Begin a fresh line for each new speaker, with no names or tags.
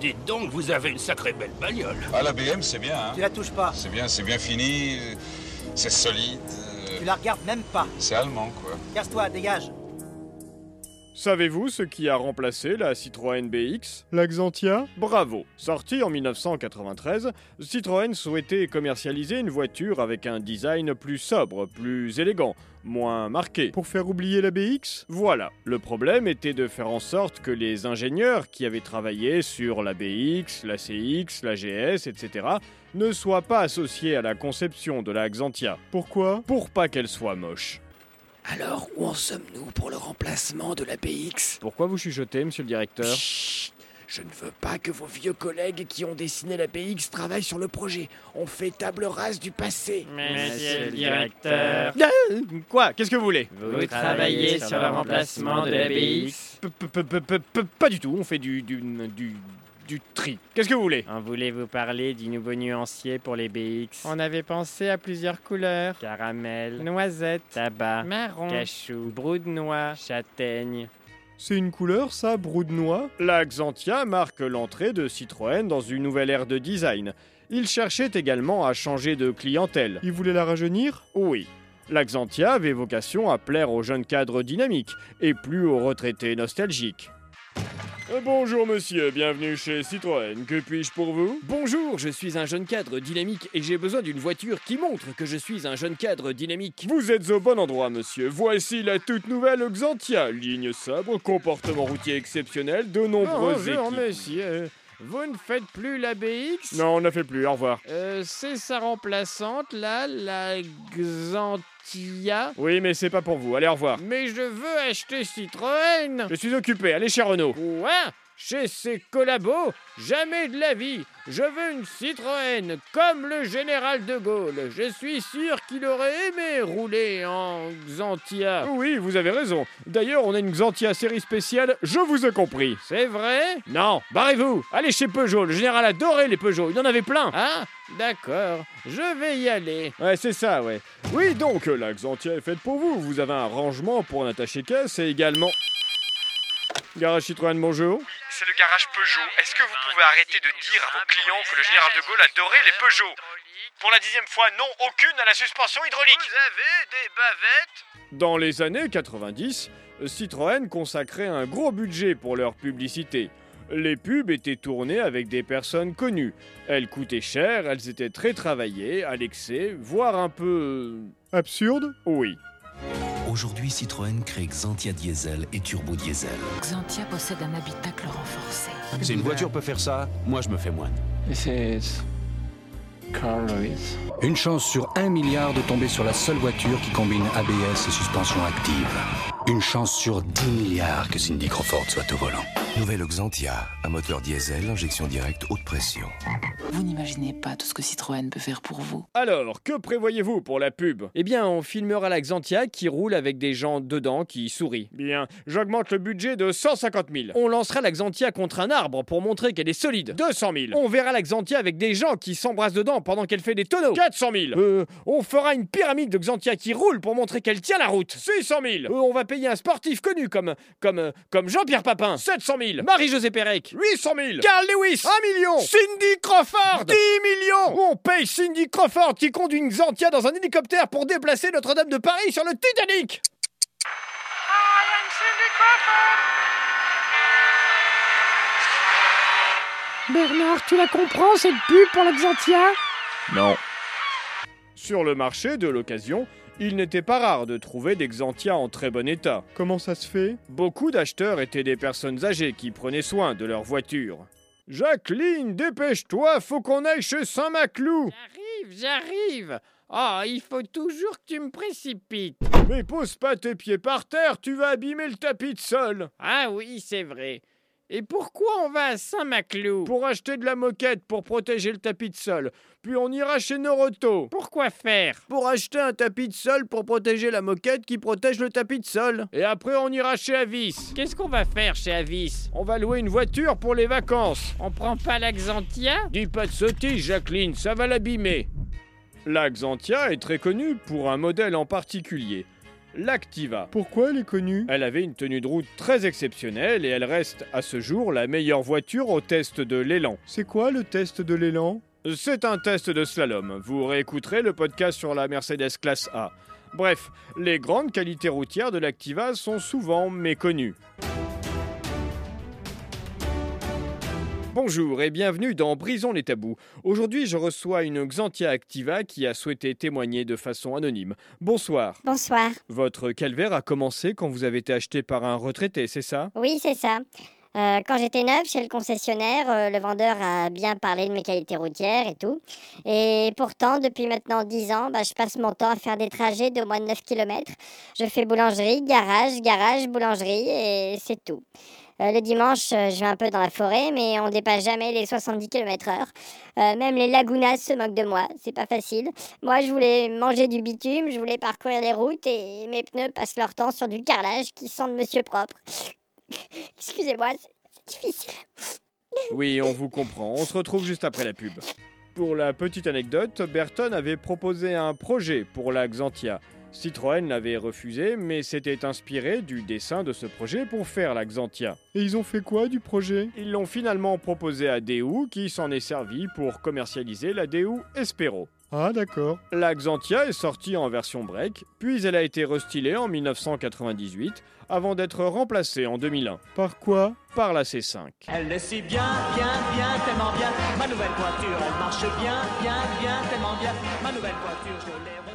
Dites donc, vous avez une sacrée belle bagnole.
Ah, la BM, c'est bien, hein
Tu la touches pas.
C'est bien, c'est bien fini, euh, c'est solide, euh,
Tu la regardes même pas.
c'est allemand, quoi.
Casse-toi, dégage.
Savez-vous ce qui a remplacé la Citroën BX
La Xantia
Bravo Sortie en 1993, Citroën souhaitait commercialiser une voiture avec un design plus sobre, plus élégant, moins marqué.
Pour faire oublier la BX
Voilà, le problème était de faire en sorte que les ingénieurs qui avaient travaillé sur la BX, la CX, la GS, etc., ne soient pas associés à la conception de la Xantia,
Pourquoi
pour pas qu'elle soit moche.
Alors, où en sommes-nous pour le remplacement de la BX
Pourquoi vous chuchotez, monsieur le directeur
Chut Je ne veux pas que vos vieux collègues qui ont dessiné la BX travaillent sur le projet. On fait table rase du passé.
Monsieur le directeur,
Quoi Qu'est-ce que vous voulez
vous travaillez sur le remplacement de la BX
P- p- p- p- p- Pas du tout, on fait du, du, du, du tri. Qu'est-ce que vous voulez
En voulez-vous parler du nouveau nuancier pour les BX On avait pensé à plusieurs couleurs. Caramel, noisette, tabac, marron, cachou, brou de noix, châtaigne.
C'est une couleur, ça, brou de noix
La Xantia marque l'entrée de Citroën dans une nouvelle ère de design. Il cherchait également à changer de clientèle.
Ils voulaient la rajeunir
Oui, la Xantia avait vocation à plaire aux jeunes cadres dynamiques et plus aux retraités nostalgiques. Euh, Bonjour monsieur, bienvenue chez Citroën. Que puis-je pour vous
Bonjour, je suis un jeune cadre dynamique et j'ai besoin d'une voiture qui montre que je suis un jeune cadre dynamique.
Vous êtes au bon endroit, monsieur. Voici la toute nouvelle Xantia. Ligne sabre, comportement routier exceptionnel, de
Ah,
nombreuses
Bonjour
équipes.
monsieur, vous ne faites plus la BX
Non, on ne fait plus, au revoir.
Euh, c'est sa remplaçante là, la Xantia.
Oui, mais c'est pas pour vous, allez au revoir.
Mais je veux acheter Citroën
Je suis occupé, allez chez Renault.
Quoi Chez ses collabos Jamais de la vie Je veux une Citroën, comme le général de Gaulle. Je suis sûr qu'il aurait aimé rouler en Xantia.
Oui, vous avez raison. D'ailleurs, on a une Xantia série spéciale, je vous ai compris.
C'est vrai
Non, barrez-vous Allez chez Peugeot, le général adorait les Peugeot, il en avait plein
Ah, d'accord. Je vais y aller.
Ouais, c'est ça, ouais. Oui, donc, euh, la Xantia est faite pour vous. Vous avez un rangement pour un attaché-caisse et également... Garage Citroën, bonjour.
C'est le garage Peugeot. Est-ce que vous pouvez arrêter de dire à vos clients que le général de Gaulle adorait les Peugeot
Pour la dixième fois, non, aucune à la suspension hydraulique
avez des bavettes
Dans les années 90, Citroën consacrait un gros budget pour leur publicité. Les pubs étaient tournées avec des personnes connues. Elles coûtaient cher, elles étaient très travaillées, à l'excès, voire un peu... euh,
Absurde
Oui.
Aujourd'hui, Citroën crée Xantia Diesel et Turbo Diesel.
Xantia possède un habitacle renforcé.
Si une voiture peut faire ça, moi je me fais moine. Une chance sur un milliard de tomber sur la seule voiture qui combine ABS et suspension active. Une chance sur 10 milliards que Cindy Crawford soit au volant. Nouvelle Xantia, un moteur diesel, injection directe, haute pression.
Vous n'imaginez pas tout ce que Citroën peut faire pour vous.
Alors, que prévoyez-vous pour la pub
Eh bien, on filmera la Xantia qui roule avec des gens dedans qui sourient.
Bien, j'augmente le budget de 150 000.
On lancera la Xantia contre un arbre pour montrer qu'elle est solide.
200 000.
On verra la Xantia avec des gens qui s'embrassent dedans pendant qu'elle fait des tonneaux.
400 000.
Euh, on fera une pyramide de Xantia qui roule pour montrer qu'elle tient la route.
600 000.
Euh, on va payer un sportif connu comme comme euh, comme Jean-Pierre Papin,
700 000.
Marie-Josée Pérec,
800 000.
Carl Lewis,
1 million.
Cindy Crawford,
10 millions.
On paye Cindy Crawford qui conduit une Xantia dans un hélicoptère pour déplacer Notre-Dame de Paris sur le Titanic Bernard, tu la comprends cette pub pour la Xantia
Non. Sur le marché de l'occasion, il n'était pas rare de trouver des Xantia en très bon état.
Comment ça se fait
Beaucoup d'acheteurs étaient des personnes âgées qui prenaient soin de leur voiture. Jacqueline, dépêche-toi, faut qu'on aille chez Saint-Maclou.
J'arrive, j'arrive. Oh, il faut toujours que tu me précipites.
Mais pose pas tes pieds par terre, tu vas abîmer le tapis de sol.
Ah oui, c'est vrai. Et pourquoi on va à Saint-Maclou
Pour acheter de la moquette pour protéger le tapis de sol. Puis on ira chez Noroto.
Pourquoi faire
Pour acheter un tapis de sol pour protéger la moquette qui protège le tapis de sol. Et après on ira chez Avis.
Qu'est-ce qu'on va faire chez Avis
On va louer une voiture pour les vacances.
On prend pas la Xantia
Dis pas de sottises, Jacqueline, ça va l'abîmer. La Xantia est très connue pour un modèle en particulier. l'Activa.
Pourquoi elle est connue
Elle avait une tenue de route très exceptionnelle et elle reste à ce jour la meilleure voiture au test de l'élan.
C'est quoi le test de l'élan
C'est un test de slalom. Vous réécouterez le podcast sur la Mercedes classe A. Bref, les grandes qualités routières de l'Activa sont souvent méconnues. Bonjour et bienvenue dans Brisons les tabous. Aujourd'hui, je reçois une Xantia Activa qui a souhaité témoigner de façon anonyme. Bonsoir.
Bonsoir.
Votre calvaire a commencé quand vous avez été acheté par un retraité, c'est ça
Oui, c'est ça. Euh, quand j'étais neuve chez le concessionnaire, euh, le vendeur a bien parlé de mes qualités routières et tout. Et pourtant, depuis maintenant 10 ans, bah, je passe mon temps à faire des trajets de moins de 9 km. Je fais boulangerie, garage, garage, boulangerie et c'est tout. Euh, le dimanche, euh, je vais un peu dans la forêt, mais on dépasse jamais les 70 km/h. Euh, même les lagunas se moquent de moi, c'est pas facile. Moi, je voulais manger du bitume, je voulais parcourir les routes et mes pneus passent leur temps sur du carrelage qui sent de monsieur propre. Excusez-moi, c'est difficile.
Oui, on vous comprend. On se retrouve juste après la pub. Pour la petite anecdote, Berton avait proposé un projet pour la Xantia. Citroën l'avait refusé, mais s'était inspiré du dessin de ce projet pour faire la Xantia.
Et ils ont fait quoi du projet
Ils l'ont finalement proposé à Deu, qui s'en est servi pour commercialiser la Deu Espero.
Ah d'accord.
La Xantia est sortie en version break, puis elle a été restylée en 1998, avant d'être remplacée en 2001.
Par quoi
Par la C5.
Elle le suit bien, bien, bien, tellement bien. Ma nouvelle voiture, elle marche bien, bien, bien, tellement bien. Ma nouvelle voiture, je l'ai...